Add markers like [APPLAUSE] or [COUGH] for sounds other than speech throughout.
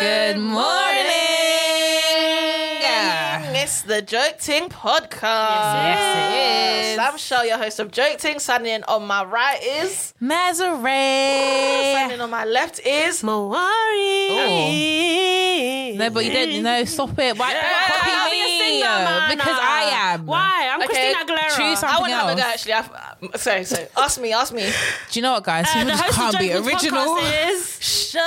Good morning. It's the Joke Ting podcast. Yes, it is. I'm Shell, your host of Joke Ting. Signing in on my right is. Signing Mazare. in on my left is. Mawari. No, but you don't know. Stop it. Why Yeah. can't I'll copy be me? the singer, man. Because I am. Why? I'm Okay, Christina Aguilera. choose I want to have a Something go else. actually. I, sorry, sorry. Ask me, ask me. Do you know what, guys? Uh, People the just host can't of be Jungle's original. podcast is [LAUGHS] Shell.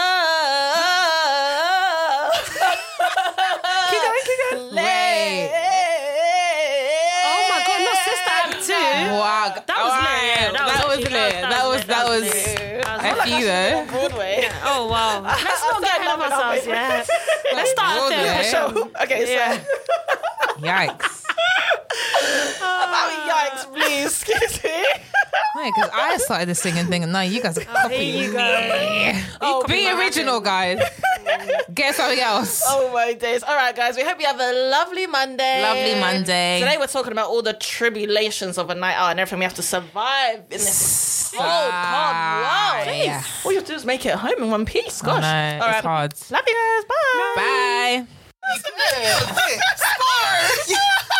keep going, keep going. Wait. Oh my god, not Sister Act too. Wow. That was Wow. lit. That was lit. That was that was. lit. That was F lit. you Actually, though. on Broadway. Oh wow. Let's not get ahead of Nothing ourselves. Yeah. happened. Let's start Broadway. a film. So, okay, [LAUGHS] Yeah. so Yikes. about yikes, please, excuse me. Wait, because I started the singing thing, and now you guys are copying. Here you me. go. Oh, copy be my original, guys. Get something else. [LAUGHS] Oh my days. All right, guys, we hope you have a lovely Monday. Lovely Monday. Today we're talking about all the tribulations of a night out and everything we have to survive in this cold, hard world. Yeah. Jeez. All you have to do is make it home in one piece. Gosh. I know, all it's right. hard. Love you guys. Bye. Bye. [LAUGHS]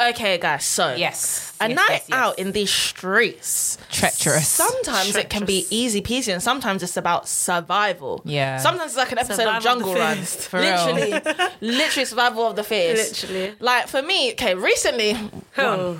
Okay, guys, so. Yes. A Yes, night yes, yes. out in these streets. Treacherous. Sometimes it can be easy peasy, and sometimes it's about survival. Yeah. Sometimes it's like an episode of Survival Jungle of the Run. fittest, [LAUGHS] for literally, literally survival of the fittest. Literally. Like for me, okay, recently, Oh.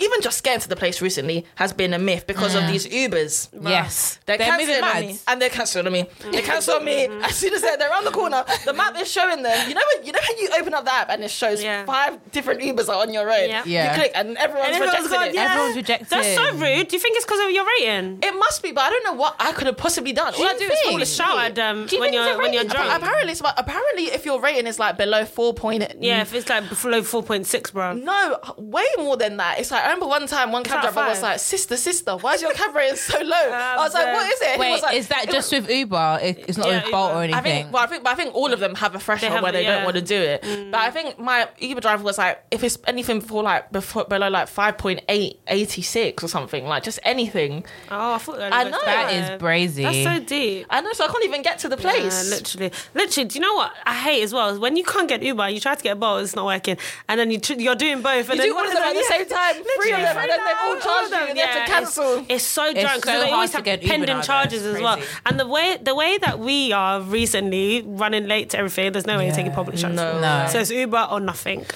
even just getting to the place recently has been a myth because of these Ubers. Yes. They're, They're moving cancelling on mad. me, and they're cancelling on me. They cancel on me [LAUGHS] as soon as they're, they're around the corner. The map is showing them. You know when you know when you open up the app and it shows Yeah. five different Ubers are on your road. Yeah. Yeah. You click and everyone's, And everyone's rejected gone, it. yeah. Everyone's rejected. That's so rude. Do you think it's because of your rating? It must be, but I don't know what I could have possibly done. All you I do is think? probably Shout at them Do you um, when think it's you're- a when you're rating? drunk. Appa- Apparently, it's about, apparently if your rating is like below four point. Yeah, if it's like below 4.6, bro. No, way more than that. It's like I remember one time one cab like driver was five. like, "Sister, sister, why is your cab rating so [LAUGHS] low?" I was like, dead. "What is it?" He Wait, was like, is that it just with Uber? It, it's not Yeah, with Bolt or Uber. anything. I think, well, I think, but I think all of them have a threshold have- where they yeah. Mm. don't want to do it. But I think my Uber driver was like, if it's anything before like before below like five point eight eighty six or something, like just anything. Oh, I thought that I was know. that bad. is brazy. That's so deep. I know, so I can't even get to the place. Yeah, Uh, literally, literally. Do you know what I hate as well? Is when you can't get Uber, you try to get a Bolt, it's not working, and then you tr- you're doing both, You and then do one one of them at the same time, three of them, and then they've all charged you, and you have to cancel. It's so drunk so because they hard always to have get Uber pending nowadays. charges as well. Crazy. And the way the way that we are recently running late to everything, there's no way you're taking public transport. No. So it's Uber or nothing.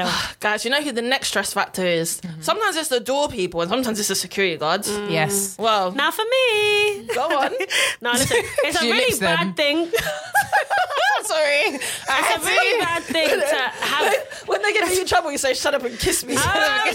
[SIGHS] off. Guys, you know who the next stress factor is? Mm-hmm. Sometimes it's the door people, and sometimes it's the security guards. Mm. yes. Well, [LAUGHS] now for me. go [LAUGHS] on. No, listen, it's a She really licks them. bad thing. I'm sorry. [LAUGHS] I had It's a really to- bad thing to have When they get you in trouble, you say, "Shut up and kiss [LAUGHS] me." [LAUGHS] I'm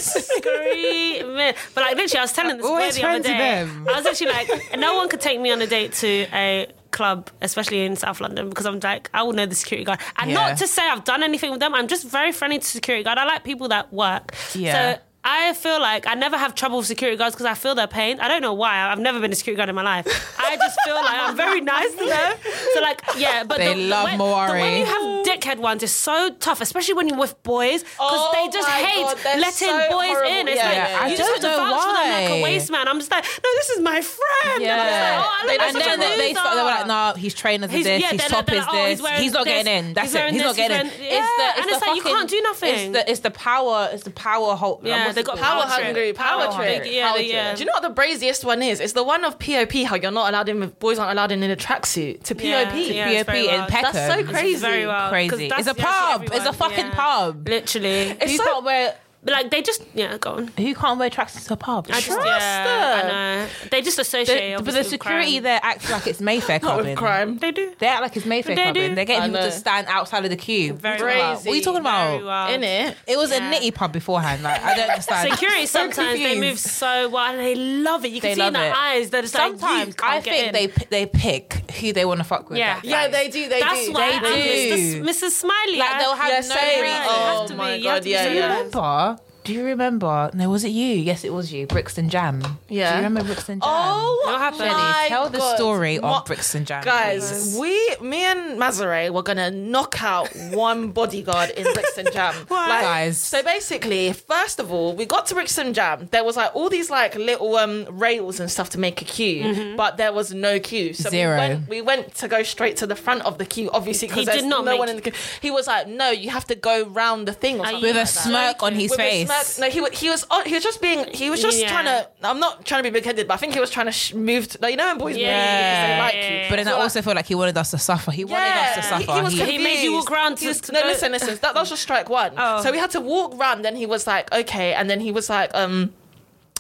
screaming. But like literally, I was telling this boy Always the other friends with day. them. I was actually like, no one could take me on a date to a club, especially in South London, because I'm like, I will know the security guard. And Yeah. not to say I've done anything with them. I'm just very friendly to security guard. I like people that work. Yeah. So. I feel like I never have trouble with security guards because I feel their pain. I don't know why. I've never been a security guard in my life. I just feel like [LAUGHS] I'm very nice to them. So like, yeah, but They the, love the way, the Mawari. way you have dickhead ones is so tough, especially when you're with boys because Oh they just my hate God, they're letting so boys horrible. in. It's Yeah, like yeah, yeah. you just I have to don't know vouch for them like why. a waste man. I'm just like, no, this is my friend. And I'm just like, Yeah. oh, I They don't look like and such then a they, they loser. start, they were like, no, his trainers are He's- this, yeah, his they're top like- they're is like, oh, this, he's he's, not wearing this, getting in. That's he's it, wearing he's not this, he's getting in. wearing- Yeah, and it's like, you can't do It's nothing. the, it's the power, it's the power hole. Yeah, they got Power Power trip. hungry, power, Power trip. hungry. Yeah, Power they- trip. yeah. Do you know what the braziest one is? It's the one of POP. How you're not allowed in, boys aren't allowed in in a tracksuit to POP. Yeah, yeah. it's POP very in wild. Peckham. That's so It's crazy. very well. 'cause Crazy. that's It's a the actual pub. It's a everyone. fucking Yeah. pub. Literally. You can't wear But, like they just yeah, go on. who can't wear tracksuits to a pub? I just, Trust yeah, them. I know. They just The- associate. but obviously, the with security crime. there acts like it's Mayfair Not clubbing. with crime. they do. They act like it's Mayfair They do. clubbing. They're I getting people know. to stand outside of the queue. What are you Very talking about? What are you crazy. talking Very about? wild. In it. It was Yeah. a nitty pub beforehand. Like I don't understand. [LAUGHS] Security So sometimes they confused. move so well. They love it. You can They see love in their it. eyes. They're just like, you Sometimes can't I get in. think they p- they pick who they want to fuck with. Yeah. that Yeah, night. they do. They That's do. why They I'm do. Mrs. Mrs. Smiley. Like I- they'll have Yeah, no same. reason. You have Oh to my be- you have God, to be yeah, so Do you yeah. nice. remember Do you remember? No, was it you? Yes, it was you. Brixton Jam. Yeah. Do you remember Brixton Jam? Oh, What happened? my Tell the God. story of What- Brixton Jam, Guys, we, me and Mazare were gonna knock out one bodyguard in Brixton [LAUGHS] Jam. Why? Guys. So basically, first of all, we got to Brixton Jam. There was like all these like little um rails and stuff to make a queue, but there was no queue. So Mm-hmm. Zero. We went, we went to go straight to the front of the queue, obviously He because did there's not no make one in the queue. He was like, "No, you have to go round the thing." Or something with a like that. smirk on his With a face. smirk- No, he was he was on, he was just being he was just Yeah. trying to. I'm not trying to be big headed, but I think he was trying to sh- move. To, like, you know, when boys move Yeah. because they like you. But then So, I like, also feel like he wanted us to suffer. He wanted us to yeah. suffer. was He made you confused. walk round to- He was- to no, go- listen, listen. That, that was just strike one. Oh. So we had to walk round. Then he was like, okay, and then he was like, um.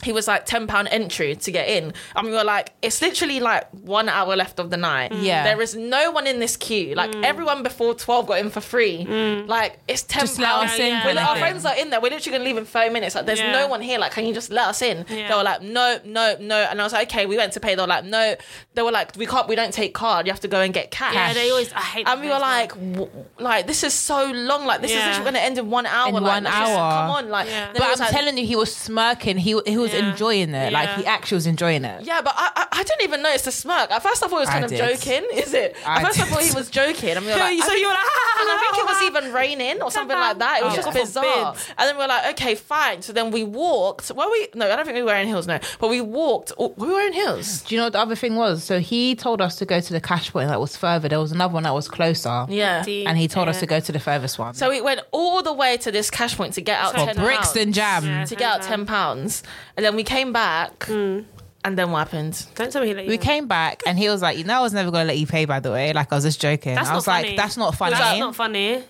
He was like ten pound entry to get in, and we were like, "It's literally like one hour left of the night. Mm. Yeah. Mm. there is no one in this queue. Like everyone before twelve got in for free. Like it's ten Just let pounds. us in Yeah. kind We're of like, our thing. friends are in there. We're literally gonna leave in five minutes. Like, there's Yeah. no one here. Like, can you just let us in? Yeah. They were like, no, no, no. And I was like, okay. We went to pay. They were like, no. They were like, we can't. We don't take card. You have to go and get cash. Yeah, they always. I hate. And we that were place, like, w- like this is so long. Like this Yeah. is literally going to end in one hour. In like, one let's just- hour. Come on, like. Yeah. then But it I'm was like- telling you, he was smirking. He he was Yeah. enjoying it. Like Yeah. he actually was enjoying it. Yeah, but I, I I didn't even notice the smirk. At first I thought he was I kind of did. joking. Is it? At I first I did. thought he was joking. And we were Yeah, like, you- I so think- you were like, "Ah, and I ah, think it ah, was ah." even raining or something like that. It was Oh, just God bizarre. forbid. And then we were like, okay, fine. So then we walked. Were we? No, I don't think we were in heels. No, but we walked. oh, We were in heels. Do you know what the other thing was? So he told us to go to the cash point that was further. There was another one that was closer. Yeah. Deep. And he told us Yeah. to go to the furthest one. So we went all the way to this cash point to get out. For ten Brixton pounds. Jam. Yeah. to get out ten pounds, and then we came back, and then what happened? Don't tell me he let you. We in. came back and he was like, You know, I was never going to let you pay, by the way. Like, I was just joking. That's I was not like, funny. That's not funny. That's not Oh, funny.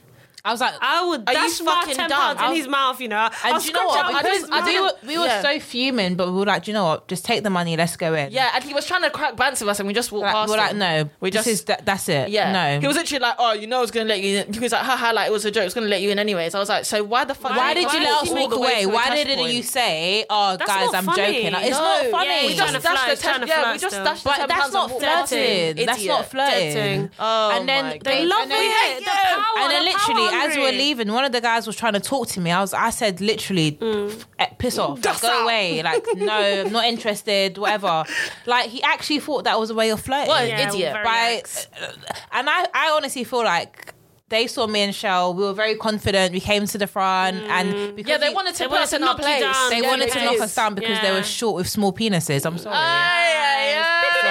I was like, I would Are you dash my fucking ten dumb? pounds I'll- in his mouth. You know. And I'll do you know scrunch I what? it up Because in his I do, mouth. we were Yeah. so fuming, but we were like, do you know what? Just take the money, let's go in. Yeah, and he was trying to crack bands with us, and we just walked Like, past. we're like, him. no, we this just is that, that's it. yeah. no. he was literally like, oh, you know, I was gonna let you. in. He was like, haha, like it was a joke. I was gonna let you in anyways. I was like, so why the fuck? why did why you did let us he all walk the way away? to the Why cash didn't point? you say, "Oh, That's guys, not I'm funny. joking"? Like, it's No. not Yeah, funny. he's We trying just to dashed flirt, the he's ten- trying to yeah, we flirt just still. dashed the But ten that's pounds not and walked past him. flirting. That's not Idiot. flirting. Dating. Oh and then my they God. love and then- it. The power, and then the power literally, as we were hungry. leaving, one of the guys was trying to talk to me. I was, I said, literally, "F- eh, piss off, Dust go out." away. [LAUGHS] Like, no, I'm not interested. Whatever. Like, he actually thought that was a way of flirting. What an Yeah, idiot. very by, lax. and I, I honestly feel like they saw me and Shell. We were very confident. We came to the front, and because Yeah, they we- wanted to They put wanted us to in our knock you place. down. they Yeah, wanted to knock is. us down because they Yeah. were short with small penises. I'm sorry. Ay, ay, ay.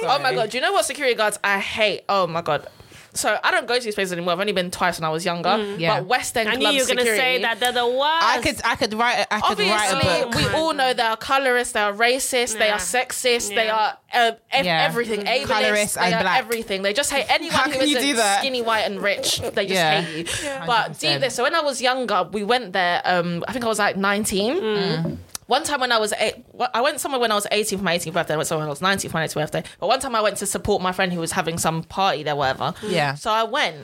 Sorry. Ah, Oh my god, do you know what security guards I hate? Oh my god. So I don't go to these places anymore. I've only been twice when I was younger. Mm. Yeah. But West End I knew club you were gonna security. say that they're the worst. I could, I could write, I could write a book. Obviously, we Oh my all know they are colorist, they are racist, they Yeah. are sexist, they Yeah. are uh, ev- Yeah. everything. Ableist, Colorist they and are black. everything. They just hate anyone How who can you isn't do that? skinny, white, and rich. They just Yeah. hate you. But deep 100%. this. So when I was younger, we went there. Um, I think I was like 19. Mm. One time when I was eight, well, I went somewhere when I was 18 for my 18th birthday. I went somewhere when I was 19 for my 19th birthday. But one time I went to support my friend who was having some party there, whatever. Yeah. So I went.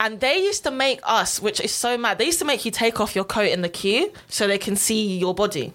And they used to make us, which is so mad, they used to make you take off your coat in the queue so they can see your body.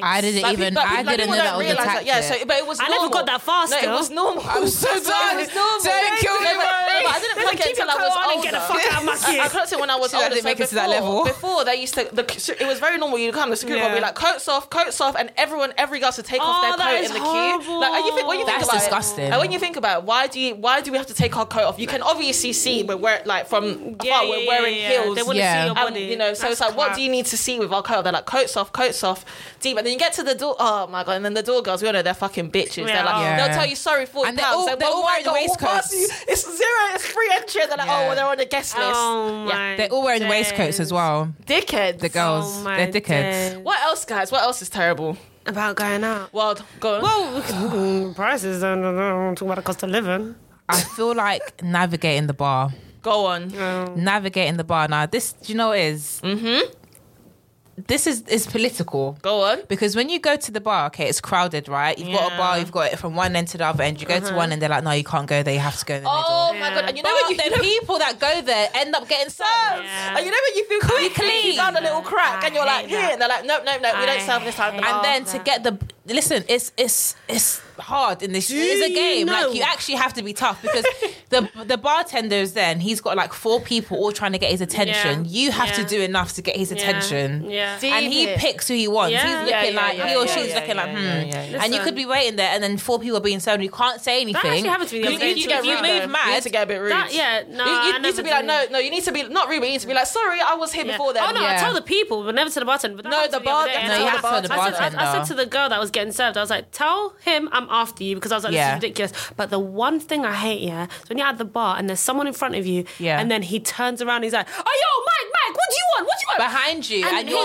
I didn't Like, even, people- I like, didn't people know don't that was a realise tactic. Yeah, so, but it was I never normal. got that far No, it still. was normal. I'm so done. [LAUGHS] It was normal. Don't No, kill me, but- no, Marie. but I didn't clock it Keep your until I coat was on and older. get the fuck out of [LAUGHS] my I queue. clocked it when I was She older. didn't so make it to before, that level. before they used to, the, it was very normal. You come, the security guard would be Yeah. like, "Coats off, coats off," and everyone, every girl, to take Oh, off their that coat is in the queue. horrible. Like, you think, when you think That's about disgusting. It, and when you think about, it, why do you, why do we have to take our coat off? You can obviously see we're wearing, like from afar, Yeah, yeah, we're yeah, wearing yeah. heels. They wouldn't Yeah. see your Um, body. you know, so it's That's like, what crap. do you need to see with our coat? They're like, coats off, coats off, deep. And then you get to the door. Oh my god! And then the door girls, we all know they're fucking bitches. Yeah. They're like, Yeah. they'll tell you sorry, forty And they pounds. all- they won't all wear the mind, they'll walk waistcoats. past you. It's zero. It's free entry. And they're like, Yeah. oh, well, they're on the guest list. Oh my. They're all wearing days. waistcoats as well. Dickheads. The girls, Oh my they're dickheads. days. What else, guys? What else is terrible? About going out. Well, go on. Well, we can- [LAUGHS] prices. I don't know. Talk about the cost of living. I feel like navigating the bar. go on. navigating the bar. Now, this, do you know, what is mm-hmm. this is is political Go on. because when you go to the bar, okay, it's crowded, right? You've got a Yeah. bar, you've got it from one end to the other end. You go to one, and they're like, "No, you can't go there. You have to go in the Uh-huh. Oh middle." my god! And you know But when you the people that go there end up getting served. Yeah. And you know when you feel quick, you clean. found a little crack, I and you're like, hate here, that. and they're like, nope, nope, nope, we don't I serve this time. hate And Oh, then to get the listen, it's it's it's hard in this. Do it's a you game. know- Like you actually have to be tough because the the bartenders then he's got like four people all trying to get his attention. Yeah. You have to Yeah. do enough to get his attention. Yeah. See? yeah. And he Leave it. picks who he wants. Yeah. He's looking Yeah, yeah, like yeah, he or yeah, she's yeah, looking yeah, like hmm. yeah, yeah, yeah. And you Listen. could be waiting there, and then four people are being served. and You can't say anything. actually happened to me the You- other day you- too. you If you move mad, You need to get a bit rude. That, yeah, no. you, you I need to never be like, did. no, no. You need to be not rude, but you need to be like, sorry, I was here Yeah. before then. Oh no, Yeah. I tell the people, but never to the bartender. But that No, happened the to me other bartender. day, No, and you I- have to tell the I said, I, I said bartender. to the girl that was getting served, I was like, tell him I'm after you because I was like, this Yeah. is ridiculous. But the one thing I hate, yeah, is when you're at the bar and there's someone in front of you, Yeah. and then he turns around and he's like, oh, yo, Mike, Mike, what do you want? What do you want? behind you, and, he's you're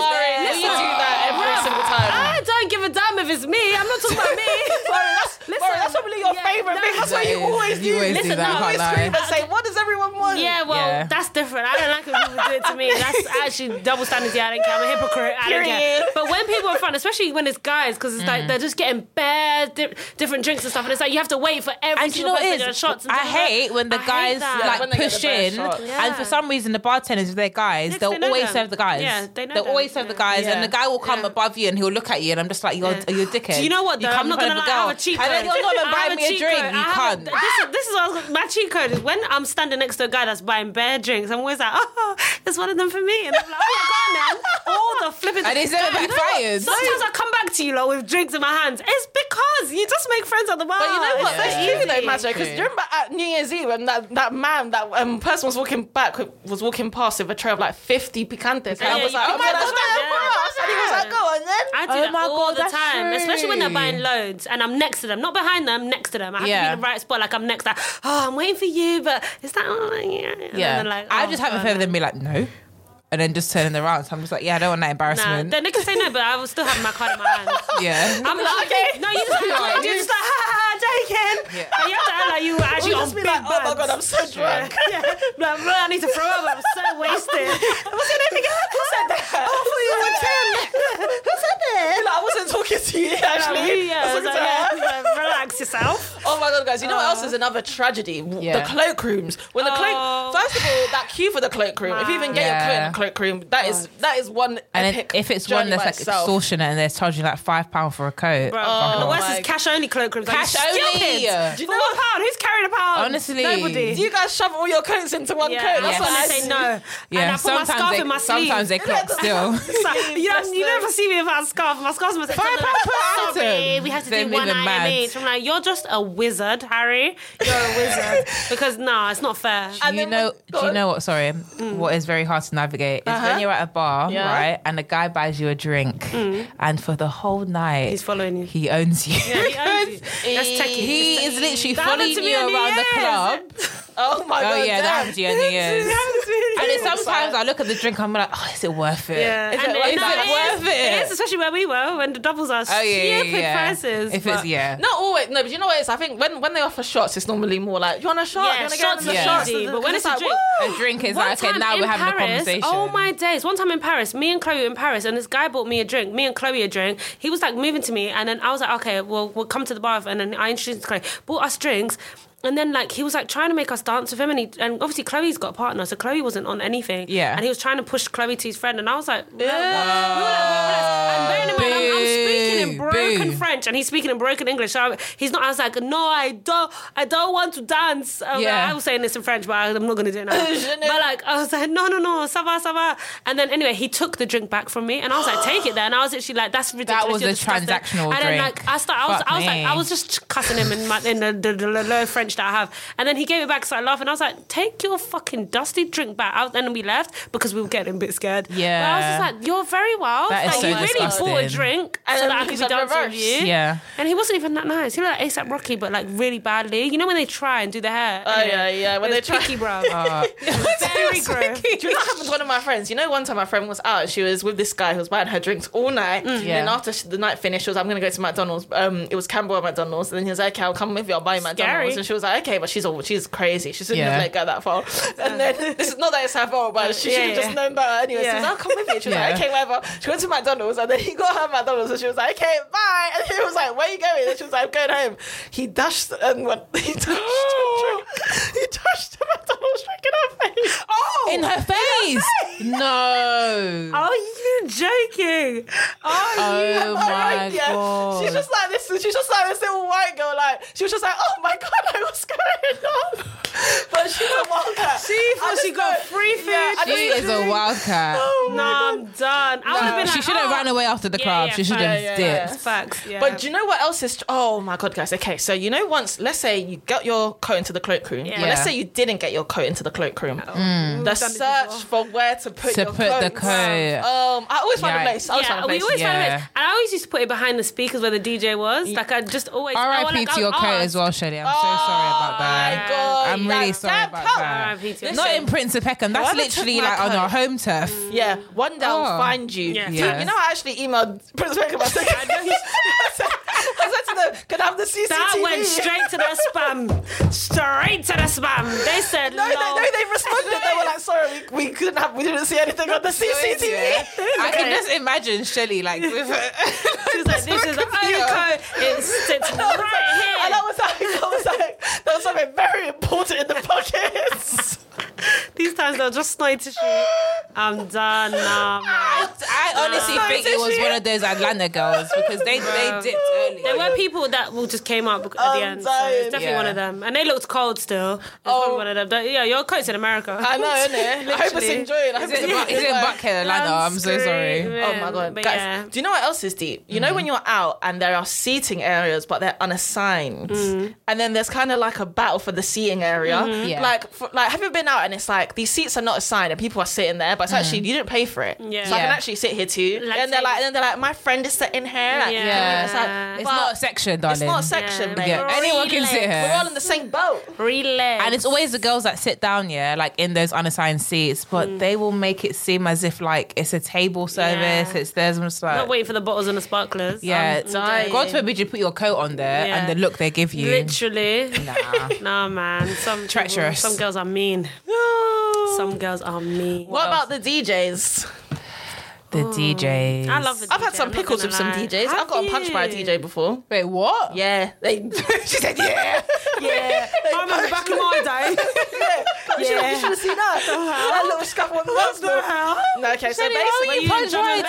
We there. there. do Listen. that every Bruv, single time. I don't give a damn if it's me. I'm not talking about me. Sorry, that's, Listen, sorry, that's probably your yeah, favorite no, thing. That's what you Yeah, always do. you always do Listen, that, you I always can't scream lie. and say, "What does everyone want?" Yeah, well, Yeah. that's different. I don't like when people do it to me. That's actually double standards. Yeah, I don't care. I'm a hypocrite. I don't care. Period. But when people are in front, especially when it's guys, because it's Mm. like they're just getting bare di- different drinks and stuff, and it's like you have to wait for every And do you single know what person it to get is? shots. And I da- da- da. hate when the I hate guys that. when like they get the push best in, shots. and Yeah. for some reason the bartenders, if they're guys, Yes, they'll they know always them. serve the guys. Yeah, they know will them, always serve the yeah. guys, and Yeah. the guy will come Yeah. above you and he'll look at you, and I'm just like, you're, Yeah. you're a dickhead. Do you know what though? can't I'm not be gonna friends with lie. I have girls. a cheat code. And then you're not I gonna have buy a me a cheat drink. code. I You have a- can't. This is this is what I was, my cheat code is when I'm standing next to a guy that's buying bare drinks. I'm always like, oh, there's one of them for me, and I'm like, oh my god, man, all the flipping. And it's never You know what? backfired. Sometimes I come back to you lot with drinks in my hands. It's because you just make friends at the bar. But you know what? It's That's so true though, easy. Master. Because True. you remember at New Year's Eve when that, that man, that um, person was walking back, was walking past with a tray of like 50 picantes. And I Yeah, was you like, oh pick my it God, up that's as that well. Yeah, brass. And he was like, yeah. go on then. I do Oh that my all God, the that's time, especially when they're true. buying loads and I'm next to them, not behind them, next to them. I have to Yeah. be in the right spot, like I'm next. Like, oh, I'm waiting for you, but is that? Oh, yeah, And then Yeah, they're like, I oh, just have a God, favor of them be like, no, and then just turning around. So I'm just like, yeah, I don't want that Nah, embarrassment. then they can say no, but I will still have my card in my hand. [LAUGHS] yeah, I'm like, okay. no, you just, Yeah, you're you- just like, [LAUGHS] ha ha ha, joking. Yeah. But you have to act like you were actually You on just be big like, oh my bags. God, I'm so drunk. [LAUGHS] yeah, like, bro, I need to throw up. I'm [LAUGHS] so wasted. What's your name again? Who said that? Oh, for you were Like, I wasn't talking to [LAUGHS] you actually. I Yeah, was it's talking to like, her. yeah, it's like, relax yourself. [LAUGHS] Oh my god, guys! You know what else is another tragedy? W- Yeah. The cloakrooms. When the Oh. cloak, first of all, that queue for the cloakroom. If you even get Yeah. your coat in the cloakroom, that is that is one. and then epic if it's one journey that's by like itself. extortionate and they're charging like five pound for a coat, Bro, fuck and the off. worst my- is cash only cloakrooms. Are you Cash only. stupid? Do you For know- one pound, who's carrying a pound? Honestly. nobody. Do you guys shove all your coats into one yeah, coat? that's That's Yes. when I what I say see. no. and I yeah, put my scarf sometimes in my they, sleeve. sometimes they [LAUGHS] clock still. It's like, you don't, you That's never see me without a scarf. My scarf's must Fire power Sorry, item. we have to They're do one moving item mad. each. I'm like, you're just a wizard, Harry. You're a wizard. [LAUGHS] because nah, it's not fair. Do you then know? when- Do you know what? Sorry, Mm. what is very hard to navigate is Uh-huh. when you're at a bar, Yeah. right, and a guy buys you a drink, and for the whole night Mm. He's following you. He owns you. Yeah, he owns you. That's techie. [LAUGHS] He It's is literally That happened following to me you on New around the Year's. [LAUGHS] [LAUGHS] club. Oh my god! Oh damn. yeah, that happened to you on New Year's. And then Inside. sometimes I look at the drink, I'm like, oh, is it worth it? oh, Yeah, Is and it- is no, it is- worth it? It is, especially where we were when the doubles are Oh yeah, yeah, stupid yeah. prices. If but- it's yeah, Not always. No, but you know what it is? I think when, when they offer shots, it's normally more like, you want a shot? Yeah, you want to shots get on the are shots? easy, but when it's a like, drink- woo! a drink is One like, okay, time now in we're having Paris, a conversation. Oh my days! One time in Paris, me and Chloe were in Paris, and this guy bought me a drink. Me and Chloe a drink. He was like moving to me, and then I was like, okay, well, we'll come to the bar, and then I introduced Chloe, bought us drinks. And then, like, he was like trying to make us dance with him, and, he, and obviously Chloe's got a partner, so Chloe wasn't on anything. Yeah. And he was trying to push Chloe to his friend, and I was like, no. And bearing in mind, I'm, I'm speaking in Boo, broken boo. French, and he's speaking in broken English. So I, he's not. I was like, no, I don't, I don't want to dance. I was like- Yeah. I was saying this in French, but I, I'm not gonna do it [LAUGHS] now. but like, I was like, no, no, no, ça va, ça va. And then anyway, he took the drink back from me, and I was like, take it. Then I was actually like, that's ridiculous. was you're a disgusting. transactional And then drink. like, I start, I was, Fuck I was like, me. I was just cussing him in my in the, the, the, low French that I have, and then he gave it back, started laughing. I was like, take your fucking dusty drink back. I, was- and then we left because we were getting a bit scared. Yeah. But I was just like, you're very well. That is like, so you disgusting. really bought a drink And so then that I could he's be done dancing with reverse. you. Yeah. And he wasn't even that nice. He looked like ASAP Rocky, but like really badly. You know when they try and do the hair? Oh, yeah, yeah, when It they was try- Picky, bro. [LAUGHS] [LAUGHS] Very very gross. Do you know what happened to one of my friends? You know, one time my friend was out. She was with this guy who was buying her drinks all night. And then Yeah. after she, the night finished, she was, I'm going to go to McDonald's. Um, it was Campbell at McDonald's. And then he was like, okay, I'll come with you. I'll buy you McDonald's. And she was like, okay, but she's all, she's crazy. She shouldn't Yeah. have let it go that far. And then, [LAUGHS] this is not that it's her fault, but she Yeah, should have yeah. just known better anyway. She was Yeah. like, I'll come with you. She was Yeah. like, okay, whatever. She went to McDonald's and then he got her McDonald's and she was like, okay, bye. And he was like, where are you going? And she was like, I'm going home. He dashed and went, [LAUGHS] he dashed the drink. He dashed the McDonald's drink in her face. Oh! In her face. No. [LAUGHS] Are you joking? Oh, Oh my yeah. god. She's just like this. She's just like this little white girl. Like she was just like, oh my god, I was going on. she got free food. She is a wild cat. no, I'm done. I would have been like, she should have oh. ran away after the Yeah, club. yeah, she should have yeah, dipped. yeah. Facts. Yeah. But do you know what else is? Oh my god, guys. Okay, so you know, once let's say you got your coat into the cloakroom, Yeah. but let's Yeah. say you didn't get your coat into the cloakroom. Mm. The We've done this search before. for where to put To your put the coats. coat. Um, I always find a Yikes. place. I always yeah, find a we place. always find a Yeah. place. And I always used to put it behind the speakers where the DJ was. Like I just always. I would, R.I.P. like, "Oh, I to your would coat ask. Oh as well, Shelly. I'm so sorry about Oh my that. God, I'm really that- sorry that about coat. that. R.I.P. to Listen, your Not coat. in Prince of Peckham. That's Whoever took literally my like on coat. our home turf. [LAUGHS] Yeah, one day Oh. I'll find you. Yeah. You- Yes. You know, I actually emailed Prince Baker [LAUGHS] about second. [LAUGHS] I said- I said to them, "Can I have the CCTV?" That went straight to the [LAUGHS] spam. Straight to the spam. They said No, they, no, they responded. They were like, "Sorry, we, we couldn't have, we didn't see anything on the Yeah. CCTV." I can just imagine Shelly [LAUGHS] like with her. [LAUGHS] She's like, this is the only Computer. code. It sits I was like- right [LAUGHS] And I here. was like, I was like, there was something very important in the pockets. These times they'll just snide to shoot. I'm done now. man. I, I honestly Sorry, think it was Tishy. one of those Atlanta girls because they they dipped early. There were people that will just came up at I'm the end. So dying. it's definitely Yeah. one of them. And they looked cold still. It's probably one of them. Don't- yeah, your coat's in America. I know, [LAUGHS] innit? I hope it's Literally. enjoying. I hope Is it, it's Bu- is it Buckhead, Atlanta? I'm so sorry. Oh my god, Um, But guys! yeah. Do you know what else is deep? You know when you're out and there are seating areas, but they're unassigned, Mm. and then there's kind of like a battle for the seating area. Mm-hmm. Yeah. Like, for, like have you been out and it's like these seats are not assigned and people are sitting there, Mm-hmm. but it's actually you didn't pay for it, Yeah. so I can Yeah. actually sit here too. Like and they're like, tables. and they're like, my friend is sitting here. Like, Yeah. and It's, like, It's It's but not a section, darling. it's not a section, Yeah. mate. Yeah, We're all- anyone can sit We're all here. in the same boat. Relax. And it's always the girls that sit down, yeah, like in those unassigned seats, but Mm. they will make it seem as if like it's a table service. Yeah. It's theirs. I'm just not like, waiting for the bottles and the sparklers. yeah, I'm it's- dying. God forbid you put your coat on there Yeah. and the look they give you. Literally. Nah. [LAUGHS] Nah, man. Some people- Treacherous. some girls are mean. Some girls are mean. What about the DJs? the DJs. I love the I've had DJ, some I'm not pickles gonna with some lie. DJs. Have I've gotten punched by a you? DJ before. Wait, what? [LAUGHS] Yeah, [LAUGHS] they. she said, "Yeah, Yeah. I remember back in my day. [LAUGHS] yeah." You should have seen [LAUGHS] that. That little scuffle on the hell? No, okay, so Shelly, how basically, you punched by a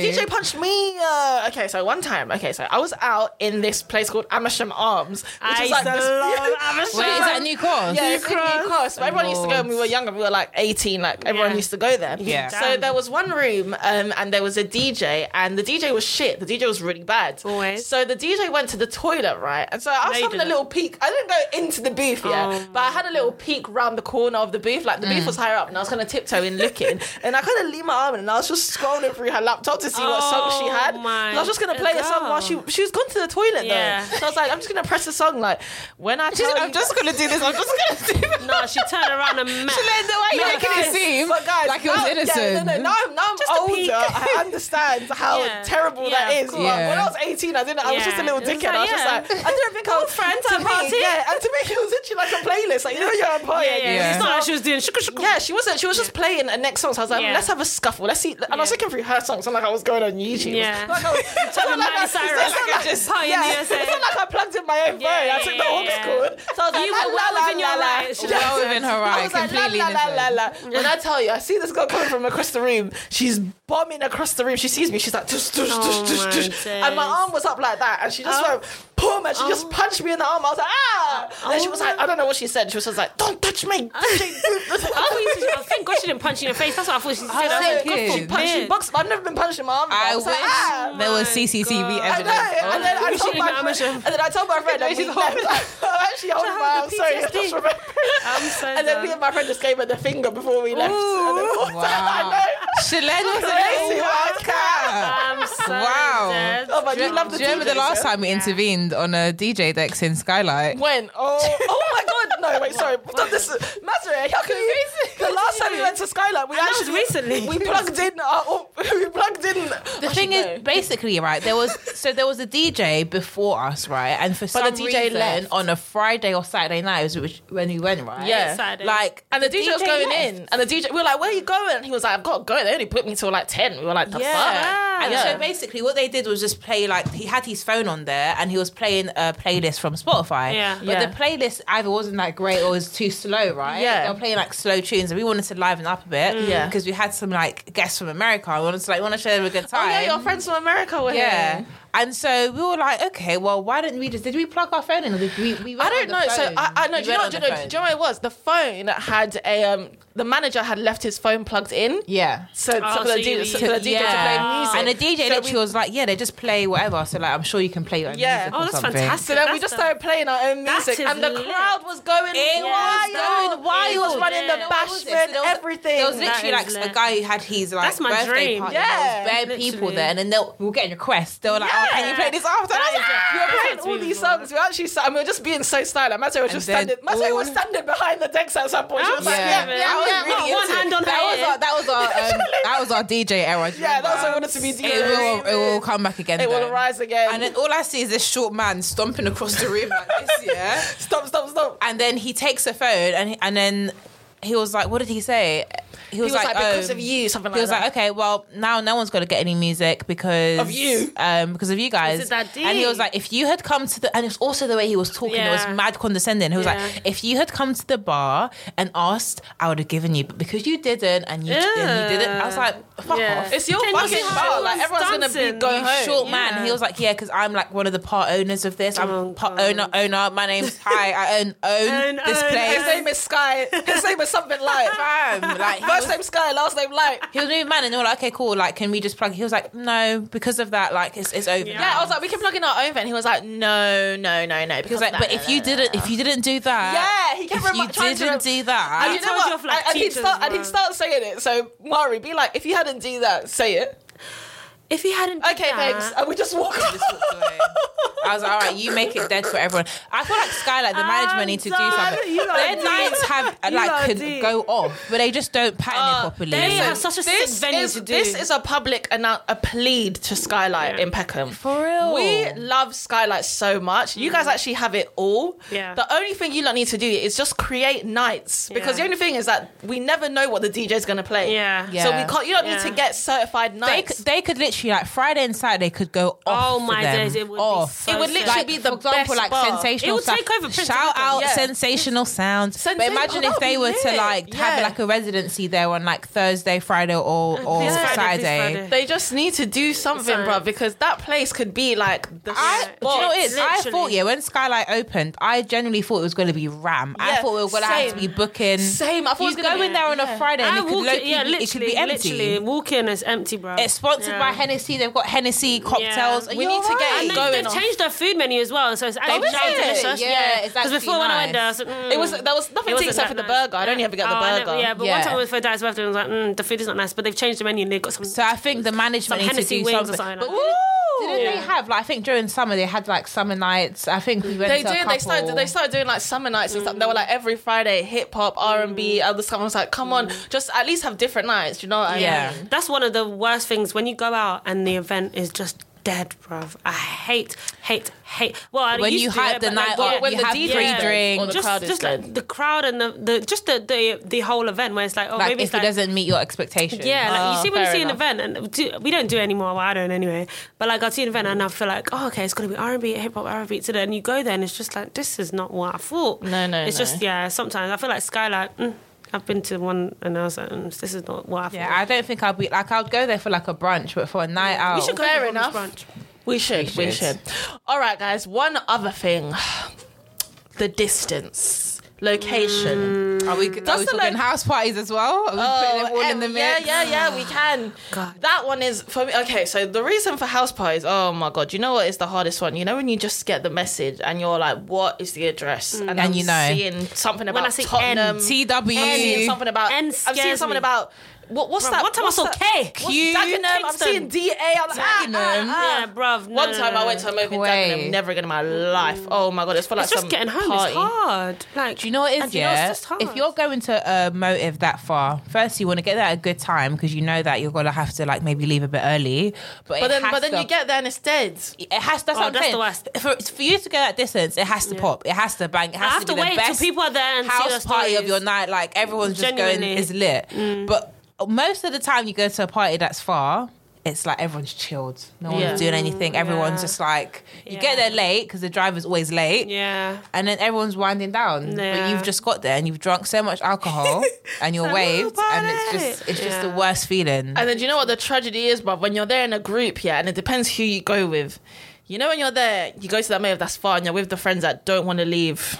judging the DJ? DJ punched me. Uh, okay, so one time, okay, so I was out in this place called Amersham Arms, which I is used like to this- love Wait, Amersham. is that New Cross? Yeah, it's in New Cross. But everyone used to go when we were younger. We were like 18. Like everyone Yeah. used to go there. Yeah. So there was one room, um, and there was a DJ, and the DJ was shit. The DJ was really bad. Always. So the DJ went to the toilet, right? And so I was No, you having a didn't. little peek. I didn't go into the booth yeah, Oh Mm. but I had a little peek round the corner of the booth. Like the booth was higher up, and I was kind of tiptoeing, [LAUGHS] looking, and I kind of leaned my arm in, and I was just scrolling through her laptop to see what song she Oh had. my and I was just gonna play a song while she God. she was gone to the toilet Yeah. though. So I was like, I'm just gonna press the song. Like when I tell I'm you- just gonna do this. I'm just gonna do this. Nah, she turned around and met. Like, the way you're making it seem But guys, like it was now, Yeah, innocent. no, no, now I'm, now I'm a older. peek. I understand [LAUGHS] how Yeah. terrible Yeah, that of is. course. Yeah. When I was 18, I didn't. I was just a Yeah. little It was dickhead. like, I was yeah. [LAUGHS] just like, I didn't think I was friends to at a me, party. Yeah, and to me, it was literally like a playlist. Like you know, you're at a party. Yeah, yeah, Yeah. It's not like she was doing shuka [LAUGHS] shuka. Yeah, she wasn't. She was just playing a next song. So I was like, Yeah. let's have a scuffle. Let's see. And I was Yeah. looking through her songs. I'm like, I was going on YouTube. Yeah. Like I was, it's not Like like I- Miley it's not Cyrus. like I just- Party in the yeah, it's USA. not like I plugged in my own phone. Yeah, I took the yeah, aux yeah. cord. So I was like, You la, were la, well la, within la, your la. rights. Yeah. [LAUGHS] Well within her I right, was like, completely la, la, la, la, innocent. la. When I tell you, I see this girl coming from across the room. She's bombing across the room. She sees me. She's like, tush, tush, Oh tush, my tush, tush. And my days. arm was up like that. And she just Oh. went, boom. And she just punched me in the arm. I was like, ah. And then she was like, I don't know what she said. She was just like, don't touch me. I thought you said- oh, thank God she didn't punch you in the face. That's what I thought she said. I was was like, like, good kid. for Punch- she punching. boxed- I've never been punched in my arm. I was wish like, ah. there was Oh my CCTV God. I evidence. know, and then I We told should my ignore friend, Amersham. and then I told my friend, [LAUGHS] and we she's left. I'm actually holding Child my arm. Sorry, I PTSD. just remembered. I'm so And then me done. and my friend just gave her the finger before we left. And then [LAUGHS] walked out. Wow. I know. Shalene was a Crazy little wild wild cat. I'm so Wow. dead. Oh, but Do you love the you remember the DJs, last yeah? time we intervened on a DJ decks in Skylight? When? Oh, oh my God! No, wait, [LAUGHS] sorry. Don't This Mazare, how can you? The last time we went to Skylight, we was actually recently. we plugged in. Our, oh, [LAUGHS] we plugged in. Oh, The thing is, basically, right? There was so there was a DJ before us, right? And for some the DJ reason, left. on a Friday or Saturday night, was which, when we went, right? Yeah. Saturday. Like, And the, DJ, was DJ going left. in, and the DJ, we were like, "Where are you going?" And he was like, "I've got to go." They only put me till like ten. We were like, "The Yeah. fuck." And so basically, what they did was just play like he had his phone on there, and he was playing a playlist from Spotify. Yeah. But Yeah. the playlist either wasn't that great or was too slow, right? Yeah. Mm. They were playing like slow tunes, and we wanted to liven up a bit. Yeah. Because we had some like guests from America. I wanted to like want to show them a good time. oh yeah, your friends from America were Yeah. here. And so we were like, okay, well, why didn't we just did we plug our phone in? Or did we, we went I don't on the know. So phone? I, I know. We Do you know? went Do you know? on the Do phone. you know what it was? The phone had a um. the manager had left his phone plugged in. Yeah. So, so, Oh, for the so you- DJ, so for the DJ to play music. And the DJ So literally we- was like, yeah, they just play whatever. So like, I'm sure you can play your own Yeah. music Oh, or that's something. fantastic. So then we That's just the- started playing our own That music, is and the lit. crowd was going wild. It was going wild. It was running the Yeah. bashment, So there was- everything. There was That literally is like a lit. guy who had his like That's my birthday dream. party. Yeah. there was bare people Literally. there, and then they were- we were getting requests. They were like, "Oh, can you play this after?" And I was like, "Ah!" We were playing That's all these beautiful. songs. We were actually, sat- and we were just being so styled. And Mateo was And just then standing. Mateo was all- standing behind the decks at some point. She was like, Yeah. yeah, yeah, yeah. I was yeah, really into one it. hand on that her was ear. our, that was our um, that was our DJ [LAUGHS] era. do you Yeah, that's remember? what I wanted to be doing. it will it will come back again. It will though. arise again. And then all I see is this short man stomping across the room like this. Yeah. [LAUGHS] stop, stop, stop. and then he takes the phone and he, and then he was like, "What did he say?" He was, was like, "Because um, of you," something He like was that. like, "Okay, well now no one's going to get any music because Of you. um, because of you guys." it that and he was deep? like, "If you had come to the," and it's also the way he was talking. It Yeah. was mad condescending. He was Yeah. like, "If you had come to the bar and asked, I would have given you, but because you didn't and you, and you didn't, I was like, fuck Yeah. off." It's your Then you fucking see how bar. Like everyone's everyone's gonna be dancing. going You home. short Yeah. man. He was like, yeah, because I'm like one of the part owners of this. I'm Oh, part God. owner. Owner. My name's Hi. I own own Own, this own, place. His name is Sky. His name is [LAUGHS] something light. [LAUGHS] Fam, like he First was, name Sky, last name Light. he was moving man, and they were like, okay, cool. Like, can we just plug? He was like, no, because of that, like, it's it's over. Yeah. [LAUGHS] Yeah, now. I was like, we can plug in our own vent. He was like, no, no, no, no. he Because was like, but if you didn't, if you didn't do that, Yeah, he kept if remi- you trying to didn't rem- do that, and you know told what? you off, like, and, and he'd teachers, start, and he'd man. start saying it. So Mari, be like, if you hadn't do that, say it. If he hadn't. done Okay, that, thanks. And we just walk. off. just walked away. [LAUGHS] I was like, all right, you make it dead for everyone. I feel like Sky, like the management, need to do done. something. You lot Their did. nights have You lot like could did. go off, but they just don't pattern Uh, it properly. they listen, have such a sick this venue is, to do. This is a public annou- a plead to Skylight Yeah. in Peckham. For real. We love Skylight so much. You guys actually have it all. Yeah. The only thing you lot need to do is just create nights because Yeah. the only thing is that we never know what the DJ is going to play. Yeah. Yeah. So we can't. You don't need Yeah. to get certified they nights. could, they could literally like Friday and Saturday could go off. Oh for my them. days, it would be off. so It would sick. literally be the for example, best like bar. sensational. It would stuff. take over Prince Shout Philip. out Yeah. sensational sounds. Sensational- but imagine oh, if they that'd were be to lit. like Yeah. have like a residency there on like Thursday, Friday, or or Please Friday, please Saturday. Friday. They just need to do something, Sorry. bruv, because that place could be like the I, do you know what it is? I Literally. thought yeah, when Skylight opened, I genuinely thought it was going to be ram. I Yeah, thought we were going to have to same. be booking. Same. I thought it you was gonna go in be- there on a Friday and I it could, walk low-key in, yeah, be- it could literally, be empty. literally walk in is empty, bro. It's sponsored Yeah. by Hennessy. They've got Hennessy cocktails. Yeah. Are We you need to alright? get And it they, going they've off. Oh, changed their food menu as well, so it's actually is now it? delicious. Yeah, it's because actually before when I went there, I nice. was like, mm, It was there was it nothing to wasn't except for that the nice. burger. I don't Yeah. even get the Oh, I burger. never- yeah, but Yeah. one time I went for a dad's birthday, and I was like, mm, the food is not nice, but they've changed the menu and they got some. So I think the management Some needs to Hennessy do wings something. or something but like didn't, didn't they have like I think during summer they had like summer nights. I think we went They to a did. They started. couple. They started doing like summer nights and stuff. They were like every Friday, hip hop, R and B, all this stuff. I was like, come on, just at least have different nights. Do you know? What I mean? Yeah. That's one of the worst things when you go out and the event is just dead, bruv. I hate, hate, hate. Well, I When used you to, hype yeah, the but, night like, up, yeah, But when you the have DJ free goes drinks. or the just, crowd is just dead. like the crowd and the, the just the, the the whole event where it's like, oh, like maybe if it's it like, doesn't meet your expectations. Yeah, like Oh, you see when you fair see an enough. event, and do, we don't do it anymore. Well, I don't anyway. But like I'll see an event, and I feel like, oh, okay, it's gonna be R and B, hip hop, R and B today. And you go there, and it's just like, this is not what I thought. No, no, it's just no. yeah. Sometimes I feel like Skylight. Mm, I've been to one, and I was like, mm, this is not what I thought. yeah. I don't think I'll be like I'll go there for like a brunch, but for a night out. we should go Fair to Homeless enough. Brunch. We should. We We should. should. All right, guys. One other thing: [SIGHS] the distance, location. Are we, are we That's the like- talking house parties as well? Are we Mm. putting them all in em- the Oh, yeah, mix? yeah, yeah. We can. God. That one is for me. Okay, so the reason for house parties. Oh my god, you know what is the hardest one? You know when you just get the message and you're like, "What is the address?" And, I'm Mm. you know. seeing something about I see Tottenham. Um, N, I'm seeing TW. something about. N I'm seeing scares something me. about. What, what's that? One time I what's saw that- K. what's Q, Dagenham? I'm Kingston. seeing DA. I'm like, ah, ah, Dagenham? ah. Yeah, bruv. no, One no, time no, I went to a no. movie in Quay. Dagenham, never again in my life. Oh my god, it's for like It's just some getting home. party. It's hard. Like, Do you know what it and is? do you know it's Yeah, just hard? if you're going to a motive that far, first you want to get there at a good time because you know that you're gonna have to like maybe leave a bit early. But, But it then, has but then to you get there and it's dead. it has. That's Oh, what I'm that's saying. the worst. For, for you to go that distance, it has to pop. It has to bang. It has I have to, to be wait the till best people are there and see house their party of stories. your night. Like everyone's just going Genuinely. Mm. is lit. But most of the time, you go to a party that's far. It's like everyone's chilled. No one's Yeah. doing anything. Everyone's yeah. just like you Yeah. get there late because the driver's always late yeah. and then everyone's winding down. But Yeah. you've just got there and you've drunk so much [LAUGHS] alcohol and you're like, waved, "Woo, and it's party!" just it's just the Yeah. worst feeling. And then do you know what the tragedy is, bruv? When you're there in a group, yeah, and it depends who you go with. You know, when you're there, you go to that move that's far, and you're with the friends that don't want to leave.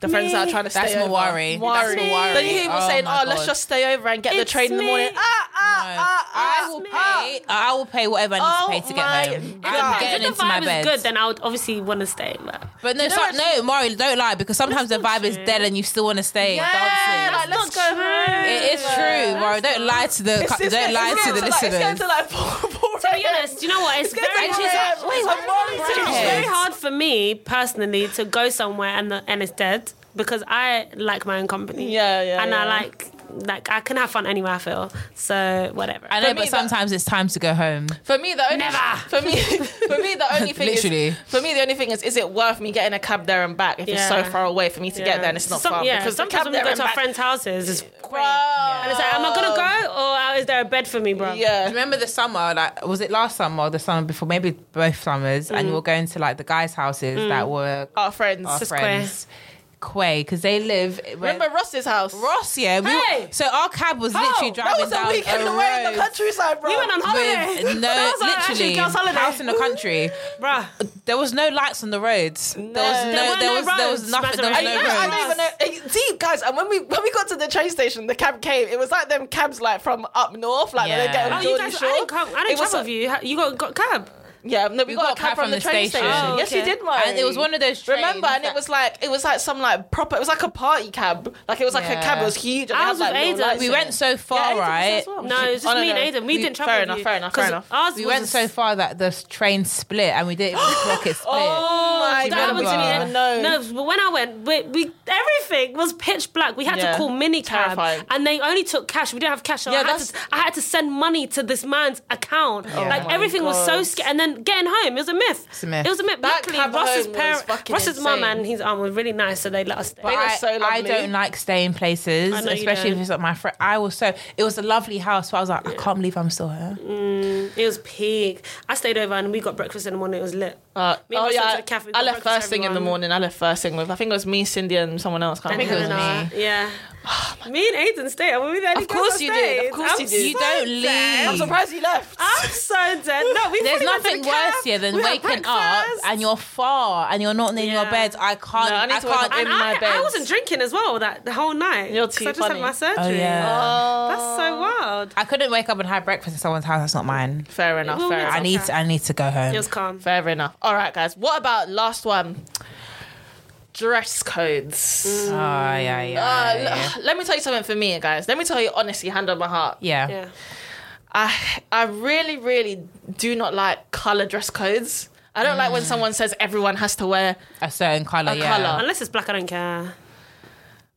The friends that are me. trying to That's stay my over. worry. That's my Worry. worry. Then you hear people Oh saying, my "Oh, let's God. just stay over and get the It's train in the me. morning." Ah, ah, ah, Uh, I will ah, pay. I will pay whatever I need Oh to pay to get my home. God. I'm Depends. getting if into the my vibe bed. is good, then I would obviously want to stay. But But no, know some, what? no, Maury, don't lie because sometimes the not vibe is true. dead and you still want to stay. Yeah, like, let's go not true. home. It is true, Maury. Don't lie to the It's- it's don't getting- lie it's to getting the like- It's getting listeners. to like four, four to be honest, do you know what? It's It's getting very to And four she's a.m. like, wait, It's what a morning am I session. doing? it's very hard for me personally to go somewhere and the, and it's dead because I like my own company. Yeah, yeah, And I yeah. like like I can have fun anywhere I feel. So whatever. I know, For me, that- but sometimes it's time to go home. For me, the only Never. [LAUGHS] for me for me the only thing Literally. is for me the only thing is is it worth me getting a cab there and back if it's so Yeah. far away for me to get there and it's not Some- far yeah, because the sometimes cab when we there go and to our back, friends' houses, it's bro. And it's like, am I gonna go or is there a bed for me, bro? Yeah. Remember the summer, like was it last summer or the summer before? Maybe both summers, Mm. and you were going to like the guys' houses that were Our friends. our Quay. friends, Quay, because they live. where- Remember Ross's house? Ross? Yeah, we, Hey! so our cab was literally that driving was down a weekend a away in road the countryside, bro. We went on holiday. With no, [LAUGHS] That was our actual literally, girls' holiday. Oh, house in the country. Bruh. There was no lights on the roads. There was no. No. There, There were was. no there was roads, nothing. There was Maserati. I, no know, I roads. don't even know. eh, See, guys, and when we when we got to the train station, the cab came. It was like them cabs like from up north, like they Yeah. get on Oh, you Jordan guys, Shore. I didn't come. I It didn't was travel with a- you. You got got cab. Yeah, no, we, got, a cab, from the train station. Oh, Yes, you okay. did, Mike. And it was one of those Remember, trains and it that- was like it was like some like proper. It was like a party cab. Like it was like a cab. Yeah. It was huge. And I it had, was like, with little Ada. lights We in went it. so far, Yeah, right? Ada was there as well. No, it was just Oh, me and Aiden. We, We- didn't travel fair with enough, you. fair enough, 'Cause fair enough. Ours We was went a so far that the train split, and we didn't even clock it split. Oh my that god, we was didn't me. even know. No, but when I went, we, we everything was pitch black. We had Yeah. to call minicab, Terrifying. and they only took cash. We didn't have cash. So Yeah, I, had that's- Oh to, I had to send money to this man's account. Like my everything was so God. scary. And then getting home, it was a myth. a myth. It was a myth. That Luckily, cab Ross's home was parents, fucking Ross's mum insane. and his aunt were really nice, so they let us stay. But- They were I, so I lovely. don't like staying places, I know you especially if don't. it's like my friend. I was so. It was a lovely house, but I was like, I can't believe I'm still here. it was peak. I stayed over and we got breakfast in the morning. It was lit. Uh, oh Me and Ross went yeah, to the cafe, we I got left breakfast, first thing in the everyone. morning. I left first thing with I think it was me, Cindy, and someone else. Can't And remember. think it was Helena, Yeah. Me and Aiden stayed. Were we the only Of girls course that you did. Of stayed? course I'm you did. You don't so leave. I'm surprised you left. I'm so dead. No, we There's fully went to nothing the cab. worse here than We had waking up breakfast. and you're far and you're not in Yeah. your bed. I can't. No, I I, need to wake can't. up and in my I, I bed. wasn't drinking as well that the whole night. You're 'cause too I just funny. had my surgery. Oh, yeah. That's so wild. I couldn't wake up and have breakfast in someone's house. That's not mine. fair enough. Well, Fair we- enough. I need. okay. To, I need to go home. It was calm. Fair enough. All right, guys. What about last one? Dress codes. Oh yeah, Mm. yeah. Uh, Oh, yeah. l- let me tell you something for me, guys. Let me tell you honestly, hand on my heart. yeah. Yeah. I I really, really do not like color dress codes. I don't like when Mm. someone says everyone has to wear. a certain color. A yeah. colour. Unless it's black, I don't care.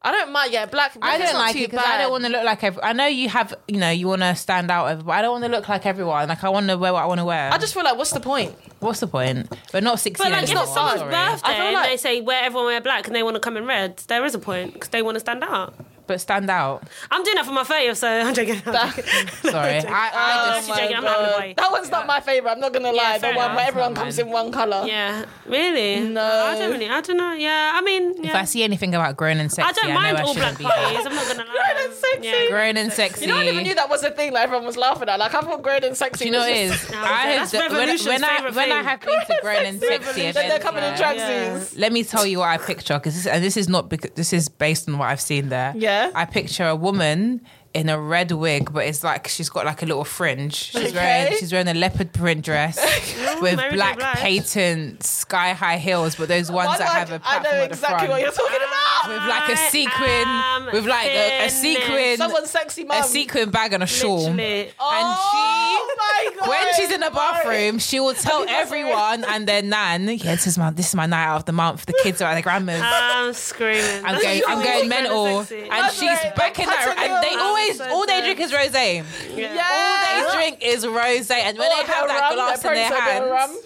I don't mind. Yeah, black. black I is don't not like too it because bad. I don't want to look like. Every- I know you have. You know you want to stand out, over, but I don't want to look like everyone. Like I want to wear what I want to wear. I just feel like, what's the point? What's the point? We're not sixteen. But like, if anymore, it's someone's sorry. birthday I feel like- and they say where everyone wear black and they want to come in red, there is a point because they want to stand out. but stand out. I'm doing that for my 30th, so I'm joking. I'm joking. [LAUGHS] Sorry, I, I Oh just my joking, I'm God. having a bite. That one's not my favorite. I'm not gonna lie. fair The one enough. where everyone Not comes mine. in one color. Yeah, really? No. I don't really. I don't know. Yeah, I mean, If yeah. I see anything about grown and sexy, I don't mind know I all shouldn't black be. parties. I'm not gonna lie. Grown and sexy. Yeah. Grown and sexy. You know, I never knew that was a thing. Like everyone was laughing at. Like I thought grown and sexy. Do you know was what it just- is? No, I have that's d- when, Revolution's when I favourite when I thing. have been to grown [LAUGHS] and sexy Then events, they're coming in yeah. tracksuits. Let me tell you what I picture because this, and this is not because this is based on what I've seen there. Yeah. I picture a woman in a red wig, but it's like she's got like a little fringe. She's Okay. wearing she's wering a leopard print [LAUGHS] dress with Mary J. black Blige. patent sky high heels, but those ones One, that like, have a platform I know at the exactly front. Ah. what you're talking about. with like a I sequin, am with like a, a finished. sequin, Someone's um, sexy mum. a sequin bag and a shawl. Literally. Oh my god! When she's in the bathroom, she will [LAUGHS] tell think that's everyone and their nan, "Yeah, this is my this is my night out of the month. The kids are at their grandma's. I'm screaming. I'm going, I'm going mental." And That's she's right. back in that, Patting and it they up. always I'm so all they dead. drink is rosé. yeah. yeah, All they drink is rosé, and when Or a they bit have of that rum, glass they're in their probably so a bit of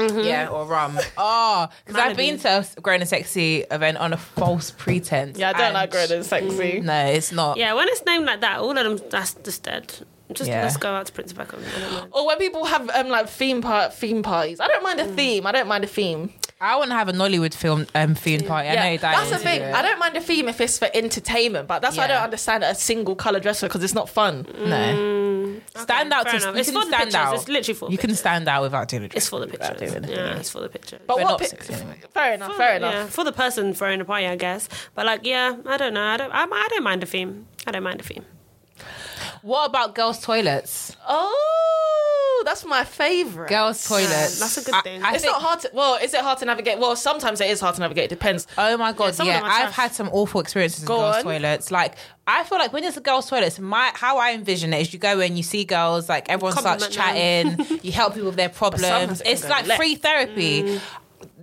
hands, rum. yeah, or rum. Oh, because I've Malibu. been to a grown and sexy event on a false pretense. Yeah, I don't and- Mm. like grown and sexy. No, it's not. Yeah, when it's named like that, all of them that's just dead. Just Yeah. let's go out to Prince of Beckham. I don't mind. Or when people have um like theme part theme parties. I don't mind Mm. a theme. I don't mind a theme. I want to have a Nollywood film um, theme party. I know that that's the is- thing. I don't mind a theme if it's for entertainment, but that's why I Yeah. Mm. don't understand a single color dresser because it's not fun. No. Stand out Mm. fair to enough. you It's couldn't for the stand pictures. out. It's literally for the You couldn't stand out without doing it. It's for the Without pictures. doing it. Yeah, it's for the pictures. But We're what? not pi- sexy anyway. Fair enough. For- Fair enough. Yeah, for the person throwing the party, I guess. But like, yeah, I don't know. I don't. I, I don't mind a theme. I don't mind a theme. What about girls' toilets? Oh, that's my favorite. Girls' toilets. that's a good I- thing. I it's think- not hard to. Well, is it hard to navigate? Well, sometimes it is hard to navigate. It depends. Oh my god, some yeah. of them are I've trash. had some awful experiences in Go girls' on. toilets. Like I feel like when it's a girls' toilets, my how I envision it is you go in, you see girls, like everyone starts Compliment [LAUGHS] chatting, you help people with their sometimes problems. it can It's go like left. free therapy. Mm.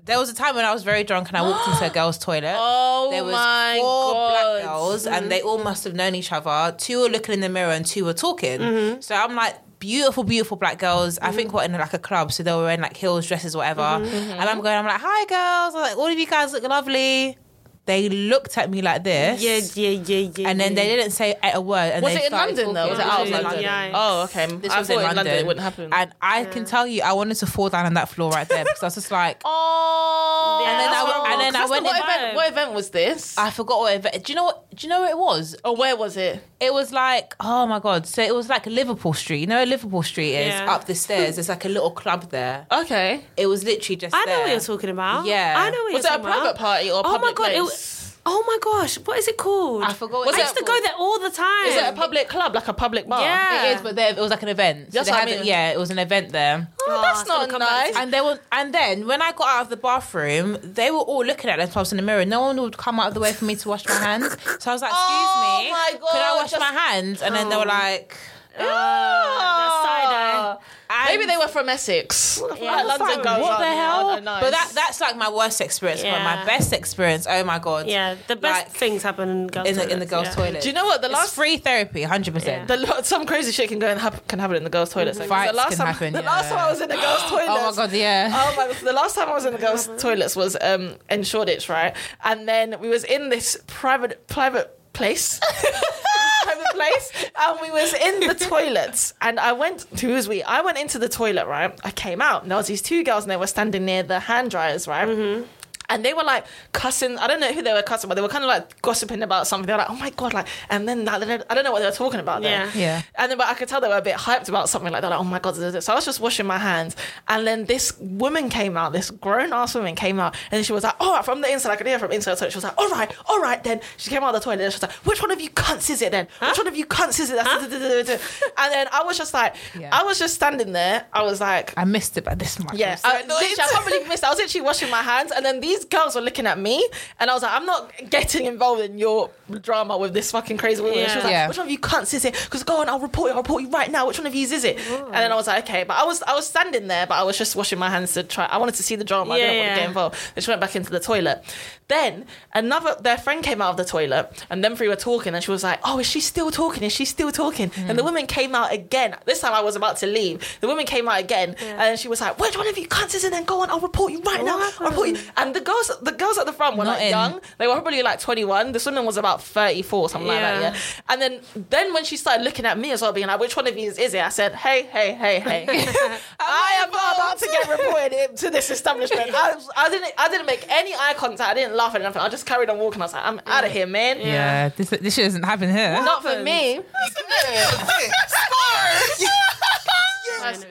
There was a time when I was very drunk and I walked [GASPS] into a girls' toilet. Oh there was my four god. black girls and they all must have known each other. Two were looking in the mirror and two were talking. Mm-hmm. So I'm like, beautiful, beautiful black girls. I think we're in like a club, so they were wearing like heels, dresses, whatever. Mm-hmm. And I'm going, I'm like, hi girls. I'm like, all of you guys look lovely. They looked at me like this. Yeah, yeah, yeah, yeah. And then they didn't say a word. And Was they it in started London though? talking. Was it out Yeah, it of was in London? London. Oh, okay. This I was thought in in London. London it wouldn't happen. And I can tell you, I wanted to fall down on that floor right there because I was just like, oh, Yeah, and then that's I, wrong. and then I That's went. not- in- what, event, what event was this? I forgot what event. Do you know what? Do you know what it was? or oh, where was it? it was like oh my god so it was like liverpool street you know where liverpool street is Yeah. up the stairs there's like a little club there Okay. it was literally just I know there. what you're talking about. Yeah. I know what Was it you're a talking private about. party or a oh public my god! It place? was, oh my gosh! What is it called? i forgot Was I it, used to go there all the time. Is it a public club, like a public bar? Yeah. it is but there, it was like an event so That's they what I had a- mean. yeah it was an event there Oh, Oh, that's it's gonna not come back nice. to- and they were, and then when I got out of the bathroom, they were all looking at themselves in the mirror. No one would come out of the way for me to wash my hands. So I was like, "Excuse Oh me, my could I God, wash just- my hands?" And then they were like, Ah, and- Maybe they were from Essex. I Like was London like, girls what the aren't- hell? aren't nice. But that that's like my worst experience. But my Yeah. best experience, oh my god, Yeah, the best Like, things happen in girls' in the in the toilets, girls' yeah. toilet. Do you know what? The It's last free therapy, hundred percent. The lo- some crazy shit can go and hap- can happen in the girls' toilets. Like, Fights the last can time, happen, the yeah. last time I was in the girls' toilets. Oh my god, yeah. [LAUGHS] Oh my! The last time I was in the girls' toilets was um, in Shoreditch, right? And then we was in this private private place. [LAUGHS] private place and we was in the toilets and I went who was we I went into the toilet right I came out and there was these two girls and they were standing near the hand dryers right and they were like cussing. I don't know who they were cussing, but they were kind of like gossiping about something. They were like, "Oh my god!" Like, and then I don't know, I don't know what they were talking about. Then. Yeah. Yeah. And then, but I could tell they were a bit hyped about something like that. Like, oh my god! da, da, da. So I was just washing my hands, and then this woman came out. This grown ass woman came out, and she was like, "All right," from the inside. I could hear her from inside. the toilet. She was like, "All right, all right." Then she came out of the toilet. and She was like, "Which one of you cunts is it then? Which one of you cunts is it?" That's da, da, da, da, da. And then I was just like, Yeah. I was just standing there. I was like, I missed it by this much. yeah, Oh, So- I, literally, I can't believe I missed. it. I was literally washing my hands, and then these girls were looking at me, and I was like, "I'm not getting involved in your drama with this fucking crazy woman." She was like, Yeah. "Which one of you cunts is it? Because go on, I'll report you. I'll report you right now. Which one of you is it?" And then I was like, "Okay," but I was I was standing there, but I was just washing my hands to try. I wanted to see the drama. I Yeah, didn't want yeah. to get involved. Then she went back into the toilet. Then another their friend came out of the toilet, and them three were talking, and she was like, "Oh, is she still talking? Is she still talking?" And Hmm. the woman came out again. This time I was about to leave. The woman came out again, and then she was like, "Which one of you cunts is it? Then go on, I'll report you right now. I'll report you." And the girls, the girls at the front were Not like in. young. They were probably like twenty one. This woman was about thirty four, something like that. Yeah. Yeah. And then then when she started looking at me as well, being like, "Which one of you is it?" I said, "Hey, hey, hey, [LAUGHS] hey." [LAUGHS] I am not about to get reported in- to this establishment. I, was- I didn't. I didn't make any eye contact. I didn't laugh at nothing. I just carried on walking. I was like, I'm out of here, man. yeah, this this shit doesn't happen here. Not for me.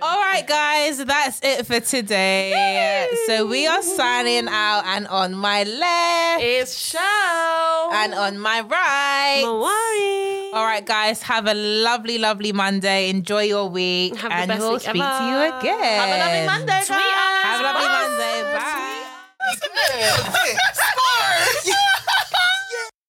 All right, guys, that's it for today. So we are signing out, and on my left It's show. and on my right. No worries. All right, guys, have a lovely, lovely Monday. Enjoy your week, Have the and best we'll week speak to ever. you again. Have a lovely Monday, guys. us. Have a lovely Bye. Monday. Bye. Scores.